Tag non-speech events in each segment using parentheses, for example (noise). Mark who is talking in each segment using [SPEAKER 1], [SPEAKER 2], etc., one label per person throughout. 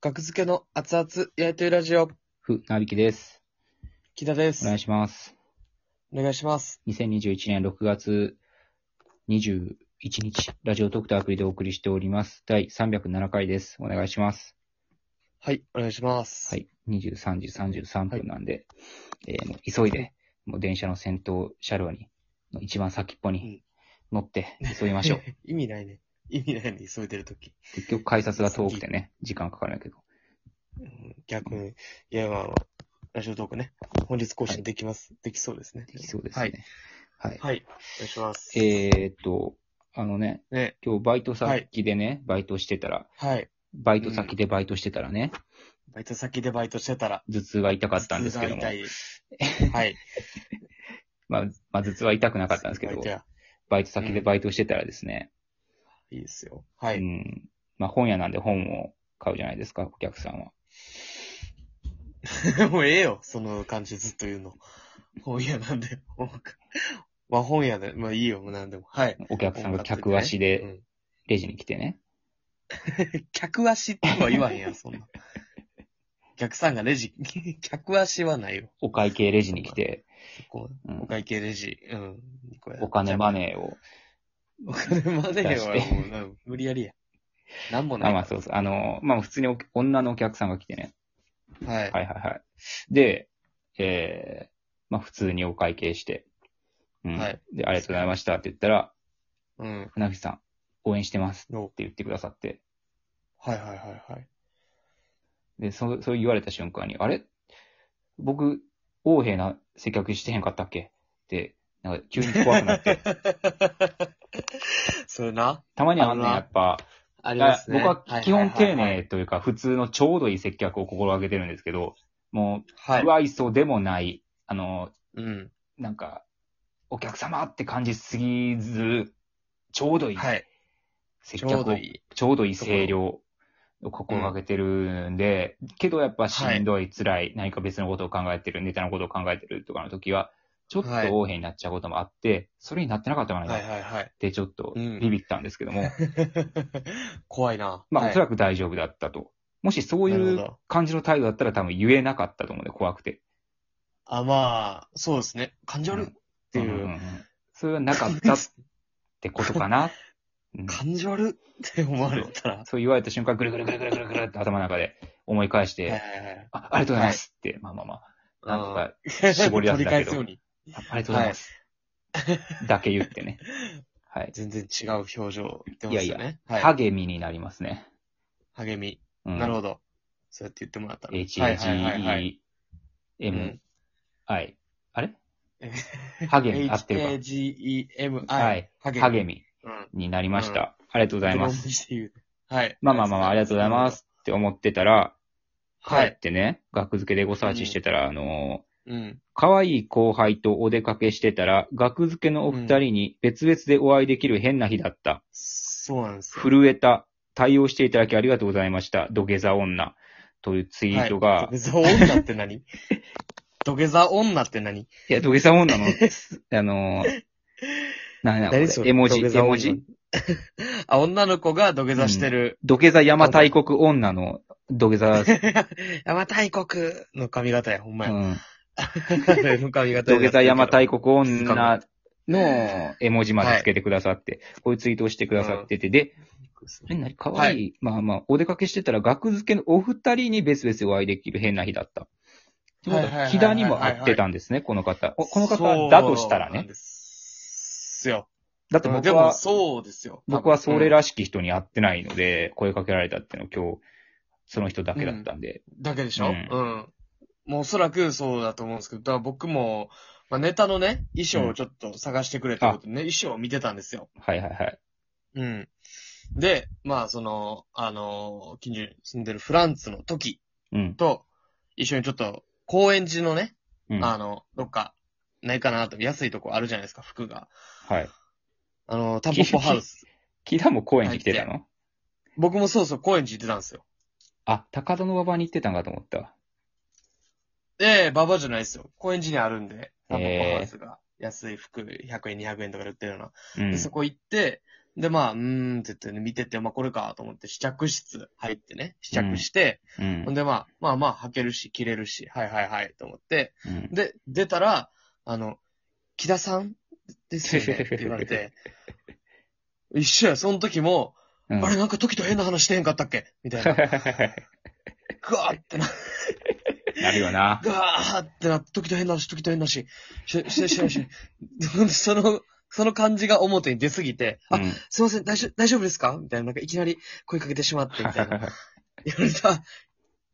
[SPEAKER 1] 学付けの熱々焼いてるラジオ、
[SPEAKER 2] ふ、なびきです。
[SPEAKER 1] 木田で
[SPEAKER 2] お
[SPEAKER 1] す。
[SPEAKER 2] 願いします。
[SPEAKER 1] お願いします。
[SPEAKER 2] 2021年6月21日、ラジオトークとアプリでお送りしております。第307回です。お願いします。
[SPEAKER 1] はい、お願いします。
[SPEAKER 2] は。い。23時33分なんで、えーもう急いで、もう電車の先頭車両に、の一番先っぽに乗って、急ぎま (laughs) しょう。
[SPEAKER 1] (laughs) 意味ないね。意味ないね、急いでるとき。
[SPEAKER 2] 結局改札が遠くてね、時間かかるんだけど。
[SPEAKER 1] うん逆に、いや、まあ、ラジオトークね。本日更新できます。できそうですね。
[SPEAKER 2] できそうです
[SPEAKER 1] はい。
[SPEAKER 2] ね。はい。
[SPEAKER 1] はい、お願いします。
[SPEAKER 2] えーっと、あのね、
[SPEAKER 1] ね、
[SPEAKER 2] 今日バイト先でね、バイトしてたら、
[SPEAKER 1] はい。
[SPEAKER 2] バイト先でバイトしてたらね、
[SPEAKER 1] バイト先でバイトしてたら、
[SPEAKER 2] 頭痛が痛かったんですけども
[SPEAKER 1] 頭、
[SPEAKER 2] (laughs)
[SPEAKER 1] 痛いはい。
[SPEAKER 2] まあ、まあ、頭痛は痛くなかったんですけど
[SPEAKER 1] バイ、トや
[SPEAKER 2] バイト先でバイトしてたらですね、
[SPEAKER 1] いいですよ。は
[SPEAKER 2] う
[SPEAKER 1] い。
[SPEAKER 2] ん、まあ本屋なんで本を買うじゃないですか、お客さんは。
[SPEAKER 1] (laughs) もうええよ、その感じずっと言うの。本屋なんで、本か。和本屋で、まあいいよ、もうなんでも。はい。
[SPEAKER 2] お客さんが客足で
[SPEAKER 1] うん
[SPEAKER 2] レジに来てね、
[SPEAKER 1] 客足とは言わへんやん、そん
[SPEAKER 2] (laughs)
[SPEAKER 1] な。お客さんがレジ、 (laughs) 客足はないよ。
[SPEAKER 2] お会計レジに来て、
[SPEAKER 1] こう
[SPEAKER 2] うん
[SPEAKER 1] お会計レジ、うん。こうや
[SPEAKER 2] お金マネーを、
[SPEAKER 1] お金マネーは
[SPEAKER 2] 出して
[SPEAKER 1] もうなん無理やりや。なんもな
[SPEAKER 2] あ
[SPEAKER 1] い。
[SPEAKER 2] まあそうそう、あの、まあ普通にお女のお客さんが来てね、
[SPEAKER 1] はい。
[SPEAKER 2] はいはいはい。で、えー、まあ普通にお会計して、うん、
[SPEAKER 1] はい
[SPEAKER 2] で、ありがとうございましたって言ったら、
[SPEAKER 1] うん。
[SPEAKER 2] 船口さん、応援してます
[SPEAKER 1] の
[SPEAKER 2] って言ってくださって、
[SPEAKER 1] はいはいはいはい。
[SPEAKER 2] で、そう、そう言われた瞬間に、あれ僕、横柄な接客してへんかったっけって、なんか急に怖くなって。
[SPEAKER 1] (laughs) それな。
[SPEAKER 2] たまにはあんね
[SPEAKER 1] あ
[SPEAKER 2] ん、
[SPEAKER 1] のな
[SPEAKER 2] やっぱ。
[SPEAKER 1] あ
[SPEAKER 2] い
[SPEAKER 1] りま
[SPEAKER 2] や
[SPEAKER 1] すね。
[SPEAKER 2] 僕は基本丁
[SPEAKER 1] はいはいはいはい。
[SPEAKER 2] 寧というか、普通のちょうどいい接客を心がけてるんですけど、もう、
[SPEAKER 1] はい
[SPEAKER 2] 不。愛想でもない、あの、
[SPEAKER 1] うん。
[SPEAKER 2] なんか、お客様って感じすぎず、ちょうどいい
[SPEAKER 1] はい。
[SPEAKER 2] 接
[SPEAKER 1] ち
[SPEAKER 2] 客
[SPEAKER 1] ょ
[SPEAKER 2] を、
[SPEAKER 1] うどいい。
[SPEAKER 2] ちょうどいい声量を心がけてるんで、けどやっぱしんどい、辛い、何か別のことを考えてる、ネタのことを考えてるとかの時は、ちょっと
[SPEAKER 1] はい
[SPEAKER 2] 横柄になっちゃうこともあって、それになってなかったかな、今
[SPEAKER 1] はいはいはい。 (laughs)
[SPEAKER 2] ってちょっと
[SPEAKER 1] うん
[SPEAKER 2] ビビったんですけども、
[SPEAKER 1] 怖いな。
[SPEAKER 2] まあおそ
[SPEAKER 1] は
[SPEAKER 2] らく大丈夫だったと。もしそう
[SPEAKER 1] い、ないる
[SPEAKER 2] う
[SPEAKER 1] ほど。
[SPEAKER 2] 感じの態度だったら多分言えなかったと思うんで、怖くて。
[SPEAKER 1] あ、まあ、そうですね。感じ悪いってい
[SPEAKER 2] んん
[SPEAKER 1] う。
[SPEAKER 2] んそれはなかったってこと
[SPEAKER 1] (laughs)
[SPEAKER 2] かな。うん
[SPEAKER 1] 感じ悪って思われたら。は
[SPEAKER 2] そう言われた瞬間、ぐるぐるぐるぐるぐるぐるって頭の中で思い返し
[SPEAKER 1] い
[SPEAKER 2] て、
[SPEAKER 1] はいはい。
[SPEAKER 2] あありがとうございますって、まあまあまあ、なんとか
[SPEAKER 1] うん
[SPEAKER 2] 絞り出すんだ
[SPEAKER 1] (laughs) 取り返
[SPEAKER 2] けど
[SPEAKER 1] すように。
[SPEAKER 2] あありがとうございます。だけ
[SPEAKER 1] (laughs)
[SPEAKER 2] 言ってね。はい。
[SPEAKER 1] 全然違う表情言ってましたね。はい。
[SPEAKER 2] 励みになりますね。
[SPEAKER 1] 励み。
[SPEAKER 2] うん、
[SPEAKER 1] なるほど。そうやって言ってもらったら。はいはいはいはい。
[SPEAKER 2] HAGEMI。あれ
[SPEAKER 1] え
[SPEAKER 2] 励み、合ってる
[SPEAKER 1] HAGEMI。
[SPEAKER 2] か。はい。
[SPEAKER 1] 励み。
[SPEAKER 2] 励み
[SPEAKER 1] うん。
[SPEAKER 2] になりまし
[SPEAKER 1] うん
[SPEAKER 2] た。ありがとうございま
[SPEAKER 1] ドローン
[SPEAKER 2] す。
[SPEAKER 1] して言うはい。
[SPEAKER 2] まあまあまあまあ、ありがとうございま。すって思ってたら、帰
[SPEAKER 1] はい
[SPEAKER 2] っ。てね、学付けでごサーチしてたら、あのー、
[SPEAKER 1] うん。
[SPEAKER 2] 可愛い後輩とお出かけしてたら、学付けのお二人に別々でお会いできる変な日だった。
[SPEAKER 1] そうなんですよ。
[SPEAKER 2] 震えた。対応していただきありがとうございました。土下座女。というツイートが、
[SPEAKER 1] はい土下座女って何土下座女って何
[SPEAKER 2] いや、土下座女
[SPEAKER 1] (laughs)
[SPEAKER 2] の、あのー、なんだこれ
[SPEAKER 1] 何そ、れ
[SPEAKER 2] 絵文字、
[SPEAKER 1] 土下
[SPEAKER 2] 絵
[SPEAKER 1] 座女
[SPEAKER 2] 文字。
[SPEAKER 1] (laughs) あ、女の子が土下座してる。
[SPEAKER 2] 土下座山大国女の土下
[SPEAKER 1] (laughs)
[SPEAKER 2] 座、
[SPEAKER 1] 山大国の髪型や、ほんま
[SPEAKER 2] う
[SPEAKER 1] や。 (laughs)
[SPEAKER 2] ん、
[SPEAKER 1] の髪型
[SPEAKER 2] 土下座山
[SPEAKER 1] 国
[SPEAKER 2] 大国女の絵文字までつけてくださって、こういうツイートをしてくださってて、で、
[SPEAKER 1] (laughs)
[SPEAKER 2] え、なに、かわいい,、
[SPEAKER 1] は
[SPEAKER 2] まあまあ、お出かけしてたら、額付けのお二人に別々お会いできる変な日だった。ってこと
[SPEAKER 1] はいはいはいはい
[SPEAKER 2] は、
[SPEAKER 1] はい
[SPEAKER 2] 木田にも会ってたんですね、この方。おこの
[SPEAKER 1] そ
[SPEAKER 2] 方
[SPEAKER 1] う
[SPEAKER 2] だとしたら
[SPEAKER 1] なん
[SPEAKER 2] ね。
[SPEAKER 1] ですよ。
[SPEAKER 2] だって
[SPEAKER 1] で
[SPEAKER 2] 僕
[SPEAKER 1] も、
[SPEAKER 2] は、
[SPEAKER 1] そうですよ。
[SPEAKER 2] 僕はそれらしき人に会ってないので、声かけられたっていうのは今日、その人だけだったんで。
[SPEAKER 1] うん。だけでしょ、う
[SPEAKER 2] う
[SPEAKER 1] んん、もうおそらくそうだと思うんですけど、だから僕も、まあ、ネタのね、衣装をちょっと探してくれってことでね、衣装を見てたんですよ。
[SPEAKER 2] はいはいはい。
[SPEAKER 1] うん。で、まあ、その、あの、近所に住んでるフランツの時
[SPEAKER 2] うん。
[SPEAKER 1] と、一緒にちょっと、高円寺のね、
[SPEAKER 2] うん。
[SPEAKER 1] あ
[SPEAKER 2] は
[SPEAKER 1] の、どっか、ないかなと、安いとこあるじゃないですか、服が。
[SPEAKER 2] い。
[SPEAKER 1] あ
[SPEAKER 2] (laughs)
[SPEAKER 1] の、タンポポハウス。
[SPEAKER 2] 木田も公園に来てたの、
[SPEAKER 1] 僕もそうそう、高円寺行ってたんですよ。
[SPEAKER 2] あ、高田の馬場に行ってたんかと思った。
[SPEAKER 1] ええババじゃないですよ。高円寺にあるんで、タンポポハウスが。安い服、100円、200円とかで売ってるような。
[SPEAKER 2] う
[SPEAKER 1] で
[SPEAKER 2] ん。
[SPEAKER 1] そこ行って、で、まあ、うーんって言ってね、見てて、まあこれかと思って試着室入ってね、試着して、
[SPEAKER 2] うん
[SPEAKER 1] ほん。でまあ、まあまあ履けるし、着れるし、はいはいはいと思って、
[SPEAKER 2] うん
[SPEAKER 1] で、出たら、あの、木田さんですよねって言われ
[SPEAKER 2] (laughs)
[SPEAKER 1] て、一緒や、その時も、
[SPEAKER 2] うん
[SPEAKER 1] あれなんか時と変な話してへんかったっけみたいな。ガーってな、
[SPEAKER 2] (laughs) なるよな。
[SPEAKER 1] ガーってな、時と変な話、時と変な話、し、し、し、し、その、その感じが表に出すぎて、
[SPEAKER 2] う
[SPEAKER 1] あ、
[SPEAKER 2] ん。
[SPEAKER 1] すいません、大丈夫、大丈夫ですかみたいな、なんかいきなり声かけてしまって、みたい
[SPEAKER 2] (laughs)
[SPEAKER 1] な。言われた。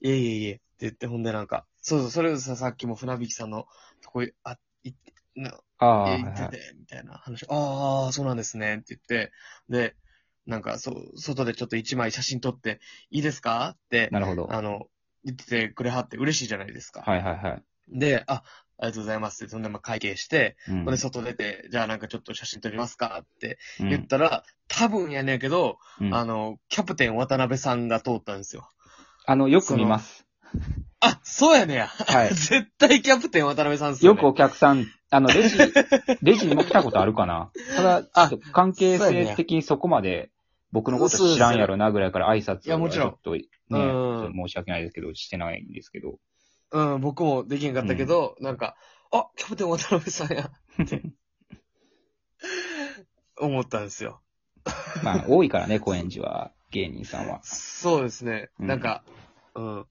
[SPEAKER 1] いえいえいえ、って言って、ほんでなんか、そうそう、それさ、さっきも船引さんのとこ、あ、行って、な、
[SPEAKER 2] ああ、はい
[SPEAKER 1] 行
[SPEAKER 2] は
[SPEAKER 1] っ
[SPEAKER 2] い
[SPEAKER 1] てて、みたいな話、ああ、そうなんですね、って言って、で、なんか、そう、外でちょっと一枚写真撮って、いいですかって、
[SPEAKER 2] なるほど。は
[SPEAKER 1] あの、言っててくれはって嬉しいじゃないですか。
[SPEAKER 2] いはいはい。
[SPEAKER 1] で、あ、ありがとうございますって、そんでまあ会計して、
[SPEAKER 2] う
[SPEAKER 1] ほ
[SPEAKER 2] ん
[SPEAKER 1] んで外出て、じゃあなんかちょっと写真撮りますかって
[SPEAKER 2] うん
[SPEAKER 1] 言ったら、多分やねんけど、
[SPEAKER 2] うん
[SPEAKER 1] あの、キャプテン渡辺さんが通ったんですよ。
[SPEAKER 2] あの、よく見ます。
[SPEAKER 1] あ、そうやねや。
[SPEAKER 2] はい
[SPEAKER 1] 絶対キャプテン渡辺さんっすよ、
[SPEAKER 2] よ
[SPEAKER 1] ね。
[SPEAKER 2] くお客さん、あの、
[SPEAKER 1] (laughs)
[SPEAKER 2] レジ、レジにも来たことあるかな。ただ、ちょっと関係性的にそこまで、僕のこと知らんやろなぐらいから挨拶
[SPEAKER 1] いやも
[SPEAKER 2] を
[SPEAKER 1] ち
[SPEAKER 2] ち
[SPEAKER 1] ろ
[SPEAKER 2] ょ
[SPEAKER 1] ん
[SPEAKER 2] っと
[SPEAKER 1] う
[SPEAKER 2] ね、
[SPEAKER 1] ん
[SPEAKER 2] ちょっと申し訳ないですけど、してないんですけど。
[SPEAKER 1] うん、僕もできんかったけど、なんか、あ、キャプテン渡辺さ
[SPEAKER 2] (laughs)
[SPEAKER 1] んや、思ったんですよ。
[SPEAKER 2] まあ、多いからね、高円寺は、芸人さんは。
[SPEAKER 1] そうですね。
[SPEAKER 2] うん
[SPEAKER 1] なんか、うん。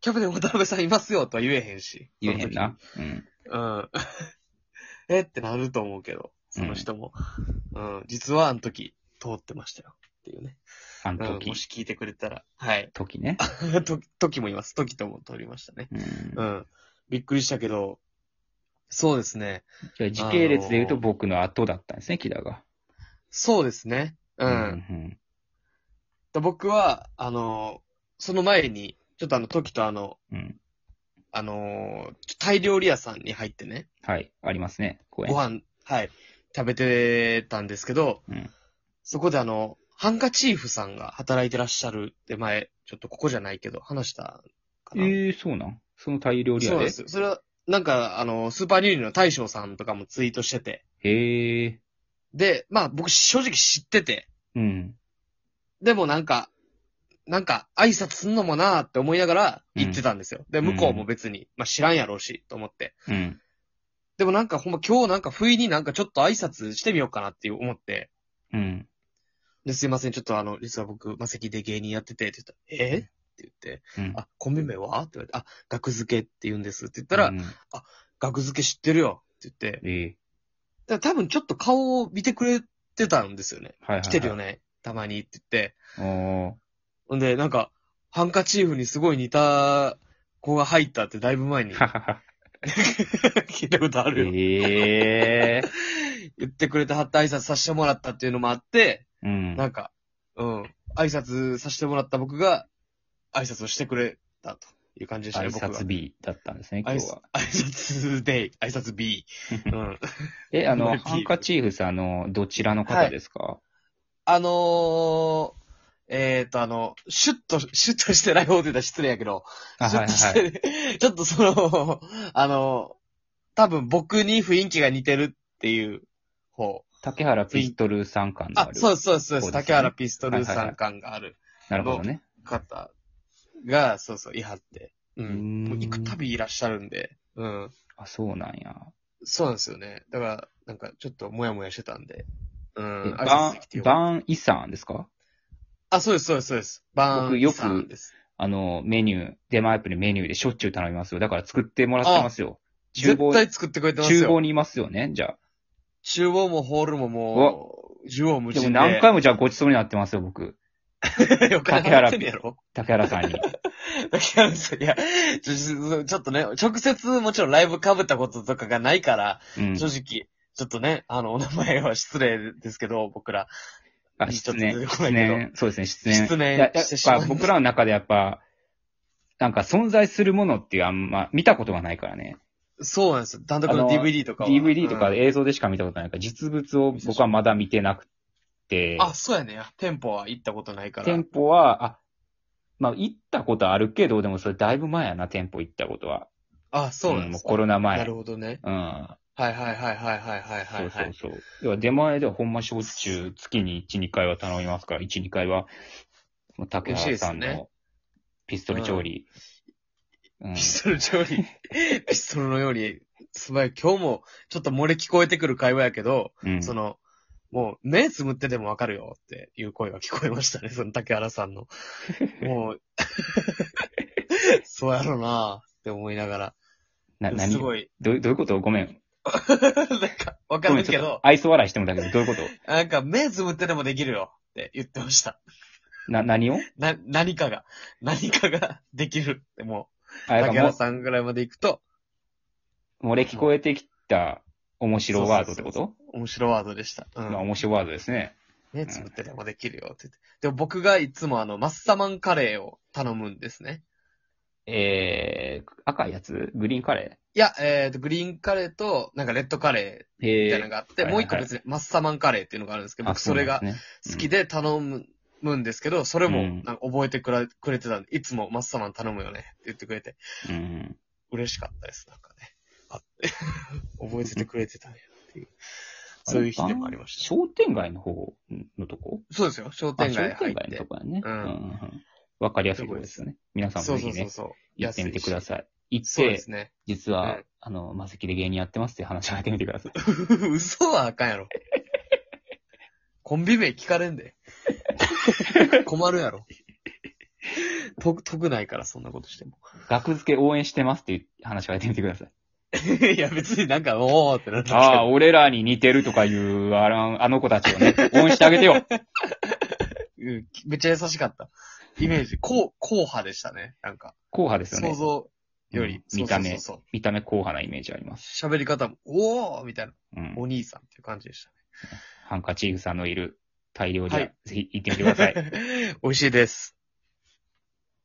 [SPEAKER 1] キャプテン渡辺さんいますよとは言えへんし。
[SPEAKER 2] 言えへんな。うん。
[SPEAKER 1] うん。 (laughs) えってなると思うけど、その人も。うん、実はあの時、通ってましたよ。っていうね。
[SPEAKER 2] あ
[SPEAKER 1] う
[SPEAKER 2] の
[SPEAKER 1] ん、
[SPEAKER 2] 時
[SPEAKER 1] も、し聞いてくれたら。はい。 (laughs)
[SPEAKER 2] 時ね。
[SPEAKER 1] と時もいます。時とも通りましたね。
[SPEAKER 2] うん。
[SPEAKER 1] うん。びっくりしたけど、そうですね。
[SPEAKER 2] じゃあ時系列で言うと僕の後だったんですね、木田が。
[SPEAKER 1] そうですね。うん。
[SPEAKER 2] うん
[SPEAKER 1] で僕は、あの、その前に、ちょっとあの、時とあの、
[SPEAKER 2] うん。うん。
[SPEAKER 1] あの、タイ料理屋さんに入ってね、
[SPEAKER 2] はい、ありますね、公園
[SPEAKER 1] ご飯、はい、食べてたんですけど、
[SPEAKER 2] うん。
[SPEAKER 1] そこであの、ハンカチーフさんが働いてらっしゃるって前、ちょっとここじゃないけど、話したかな。
[SPEAKER 2] ええそうなんそのタイ料理屋
[SPEAKER 1] そう
[SPEAKER 2] で
[SPEAKER 1] です。それは、なんか、あの、スーパーニューリーの大将さんとかもツイートしてて。
[SPEAKER 2] へえ
[SPEAKER 1] で、まあ僕正直知ってて、
[SPEAKER 2] うん。
[SPEAKER 1] でもなんか、なんか挨拶すんのもなーって思いながら行ってたんですよ。で、向こうも別に、まあ知らんやろうし、と思って。
[SPEAKER 2] うん。
[SPEAKER 1] でもなんかほんま今日なんか不意になんかちょっと挨拶してみようかなっていう思って、
[SPEAKER 2] うん。
[SPEAKER 1] で、すいません、ちょっとあの、実は僕、マセキで芸人やってて、って言ったら、えーって言って、
[SPEAKER 2] うん。
[SPEAKER 1] あ、コンビ名はって言われて、あ、学付けって言うんですって言ったら、
[SPEAKER 2] うん
[SPEAKER 1] 学付け知ってるよって言って、
[SPEAKER 2] ええ
[SPEAKER 1] だから多分ちょっと顔を見てくれてたんですよね。
[SPEAKER 2] はいはいはい。
[SPEAKER 1] 来てるよね、たまにって言って。
[SPEAKER 2] おー。
[SPEAKER 1] ほんで、なんか、ハンカチーフにすごい似た子が入ったってだいぶ前に
[SPEAKER 2] ははは
[SPEAKER 1] (laughs) 聞いたことあるよ。
[SPEAKER 2] ええ
[SPEAKER 1] 言ってくれてはった挨拶させてもらったっていうのもあって、
[SPEAKER 2] う
[SPEAKER 1] (laughs)
[SPEAKER 2] ん。
[SPEAKER 1] なんか、うん、挨拶させてもらった僕が挨拶をしてくれたという感じでしたね、
[SPEAKER 2] 挨
[SPEAKER 1] 僕が。
[SPEAKER 2] 拶 B だったんですね、今
[SPEAKER 1] 挨
[SPEAKER 2] 日
[SPEAKER 1] 拶
[SPEAKER 2] は。、
[SPEAKER 1] 挨拶デイ、挨拶 B。うん。
[SPEAKER 2] (laughs) え、あの、
[SPEAKER 1] B
[SPEAKER 2] ハンカチーフさんあの、どちらの方ですか
[SPEAKER 1] あのー、えっ、と、あの、シュッと、シュッとしてない方で言ったら失礼やけど、
[SPEAKER 2] あ
[SPEAKER 1] シュッ
[SPEAKER 2] はい
[SPEAKER 1] とし
[SPEAKER 2] はい
[SPEAKER 1] てる、ちょっとその、あの、多分僕に雰囲気が似てるっていう方。
[SPEAKER 2] 竹原ピストルさん感のあ
[SPEAKER 1] あ、
[SPEAKER 2] る。
[SPEAKER 1] そうです、そうです、そうです。
[SPEAKER 2] 方ですね
[SPEAKER 1] 竹原ピストルさん感がある
[SPEAKER 2] なるほどね。
[SPEAKER 1] 方が、そうそう、いはって。う
[SPEAKER 2] うーん
[SPEAKER 1] ん。もう行くたびいらっしゃるんで、うん。
[SPEAKER 2] あ、そうなんや。
[SPEAKER 1] そうなんですよね。だから、なんかちょっともやもやしてたんで。うん
[SPEAKER 2] え。
[SPEAKER 1] 挨
[SPEAKER 2] バ
[SPEAKER 1] 拶できて
[SPEAKER 2] ン、
[SPEAKER 1] よかった
[SPEAKER 2] バンイさんですか
[SPEAKER 1] あ、そうです、そうです、そうです。バー
[SPEAKER 2] 僕
[SPEAKER 1] ン
[SPEAKER 2] よく
[SPEAKER 1] さんです。
[SPEAKER 2] あの、メニュー、デマアプリメニューでしょっちゅう頼みますよ。だから作ってもらってますよ。厨
[SPEAKER 1] 絶
[SPEAKER 2] 房、
[SPEAKER 1] 対作ってくれてますよ。
[SPEAKER 2] 厨房にいますよね、じゃあ。
[SPEAKER 1] 厨房もホールももう、縦横無
[SPEAKER 2] で
[SPEAKER 1] 尽
[SPEAKER 2] も
[SPEAKER 1] で。
[SPEAKER 2] 何回もじゃあごちそうになってますよ、僕。
[SPEAKER 1] 回 (laughs) よく払ってんやろ
[SPEAKER 2] 竹原さんに。
[SPEAKER 1] 竹原さん、いや、ちょちょっとね、直接もちろんライブ被ったこととかがないから、
[SPEAKER 2] うん
[SPEAKER 1] 正。直、ちょっとね、あの、お名前は失礼ですけど、僕ら。
[SPEAKER 2] あ、失念。
[SPEAKER 1] ちょっと出てこな
[SPEAKER 2] 失
[SPEAKER 1] いけど
[SPEAKER 2] 念。そうですね、失念。
[SPEAKER 1] 失念
[SPEAKER 2] いややっ
[SPEAKER 1] してしま
[SPEAKER 2] ぱ
[SPEAKER 1] う
[SPEAKER 2] 僕らの中でやっぱ、なんか存在するものっていうあんま見たことがないからね。
[SPEAKER 1] そうなんですよ。単独の
[SPEAKER 2] あの
[SPEAKER 1] DVD とかは。
[SPEAKER 2] DVD とか
[SPEAKER 1] うん
[SPEAKER 2] 映像でしか見たことないから、実物を僕はまだ見てなくて、
[SPEAKER 1] あ、そうやね。店舗は行ったことないから。
[SPEAKER 2] 店舗は、あ、まあ行ったことあるけど、でもそれだいぶ前やな、店舗行ったことは。
[SPEAKER 1] あ、そうなん
[SPEAKER 2] ん
[SPEAKER 1] で
[SPEAKER 2] もう
[SPEAKER 1] すか
[SPEAKER 2] コロナ
[SPEAKER 1] な
[SPEAKER 2] 前。
[SPEAKER 1] るほどね。
[SPEAKER 2] うん。
[SPEAKER 1] はいはいはいはいはいはいは
[SPEAKER 2] そう
[SPEAKER 1] い。
[SPEAKER 2] そうそう。要は出前ではほんましょっちゅう月に1、2回は頼みますから、1、2回は、もう竹原さん
[SPEAKER 1] 美味しいです
[SPEAKER 2] のピストル調理。うん
[SPEAKER 1] ピストル調理。ピストルのように、すまい、今日もちょっと漏れ聞こえてくる会話やけど、
[SPEAKER 2] うん
[SPEAKER 1] その、もう目つむってでもわかるよっていう声が聞こえましたね、 (laughs) その竹原さん
[SPEAKER 2] (laughs)
[SPEAKER 1] の。もう、 (laughs) そうやろなって思いなが
[SPEAKER 2] な
[SPEAKER 1] ら。
[SPEAKER 2] 何
[SPEAKER 1] す
[SPEAKER 2] ど
[SPEAKER 1] ご
[SPEAKER 2] う
[SPEAKER 1] い。 (laughs)
[SPEAKER 2] どういうことごめん。
[SPEAKER 1] なんか、わか
[SPEAKER 2] ご
[SPEAKER 1] る
[SPEAKER 2] めん、ち
[SPEAKER 1] け
[SPEAKER 2] ょっと
[SPEAKER 1] ど、
[SPEAKER 2] 愛想笑いしてもだけど、どういうこ
[SPEAKER 1] なんか目つむってでもできるよって言ってました。
[SPEAKER 2] とな、何を
[SPEAKER 1] な、何かが、何かが (laughs) できるっても
[SPEAKER 2] あ
[SPEAKER 1] う、
[SPEAKER 2] やっ
[SPEAKER 1] 竹
[SPEAKER 2] ぱも
[SPEAKER 1] 原さんぐらいまで行くと、
[SPEAKER 2] 漏れ聞こえてきた面白ワードってこ
[SPEAKER 1] そ
[SPEAKER 2] と
[SPEAKER 1] 面白ワードでした。うん
[SPEAKER 2] まあ面白ワードですね。
[SPEAKER 1] 目つぶってでもできるよって言って。でも僕がいつもあの、マッサマンカレーを頼むんですね。
[SPEAKER 2] えー、赤いやつグリーンカレ
[SPEAKER 1] いや、えっ、と、グリーンカレーと、なんかレッドカレ
[SPEAKER 2] ー
[SPEAKER 1] ーみ
[SPEAKER 2] え
[SPEAKER 1] たいなのがあって、
[SPEAKER 2] えー
[SPEAKER 1] もう一個別にマッサマンカレーっていうのがあるんですけど、僕それが好き
[SPEAKER 2] で
[SPEAKER 1] で頼む。んですけど、それも
[SPEAKER 2] うん
[SPEAKER 1] なんか覚えてくらくれてたんで、いつもマッサマン頼むよねって言ってくれて、
[SPEAKER 2] すね。うんうん
[SPEAKER 1] 嬉しかったです、なんかね。あ (laughs) 覚えててくれてたんやっていう。そういう日でもありました。
[SPEAKER 2] 商店街の方のとこ
[SPEAKER 1] そうですよ、商
[SPEAKER 2] あ
[SPEAKER 1] 店街入っ
[SPEAKER 2] 商店街の
[SPEAKER 1] て
[SPEAKER 2] と。こやね。
[SPEAKER 1] う
[SPEAKER 2] うんんうんうんわかりやすいとこですよね。皆さん
[SPEAKER 1] そう
[SPEAKER 2] も
[SPEAKER 1] そ
[SPEAKER 2] ぜ
[SPEAKER 1] う
[SPEAKER 2] ひ
[SPEAKER 1] そう
[SPEAKER 2] ね、
[SPEAKER 1] そう。
[SPEAKER 2] 行ってみてくだ
[SPEAKER 1] い
[SPEAKER 2] さい。行
[SPEAKER 1] し。
[SPEAKER 2] っ
[SPEAKER 1] そうで
[SPEAKER 2] て
[SPEAKER 1] す、ね。
[SPEAKER 2] 実
[SPEAKER 1] う
[SPEAKER 2] は
[SPEAKER 1] ん、
[SPEAKER 2] あの、マセキで芸人やってますって話を入ってみてください。 (laughs)
[SPEAKER 1] (laughs) 嘘はあかんやろ。コンビ名聞かれん (laughs) で。困るやろ。と、得ないから、そんなことしても。
[SPEAKER 2] 学付け応援してますっていう話を入ってみてくださ
[SPEAKER 1] (laughs)
[SPEAKER 2] い。
[SPEAKER 1] いや、別になんか、おーってなるけど
[SPEAKER 2] ああ、俺らに似てるとかいう、あらあの子たちをね、応援して
[SPEAKER 1] (laughs)
[SPEAKER 2] あげてよ。
[SPEAKER 1] うんめっちゃ優しかった。イメージ、こう、硬派でしたね。なんか、
[SPEAKER 2] 硬派ですよ
[SPEAKER 1] 想
[SPEAKER 2] ね。
[SPEAKER 1] 像より、
[SPEAKER 2] うん見た目
[SPEAKER 1] そうそうそう
[SPEAKER 2] 見た目硬派なイメージあります。
[SPEAKER 1] そう喋り方も、おーみたいな、
[SPEAKER 2] うん
[SPEAKER 1] お兄さんっていう感じでしたね。
[SPEAKER 2] ハンカチーフさんのいる大量で、
[SPEAKER 1] はい
[SPEAKER 2] ぜひ行ってみてください。
[SPEAKER 1] (laughs) 美味しいです。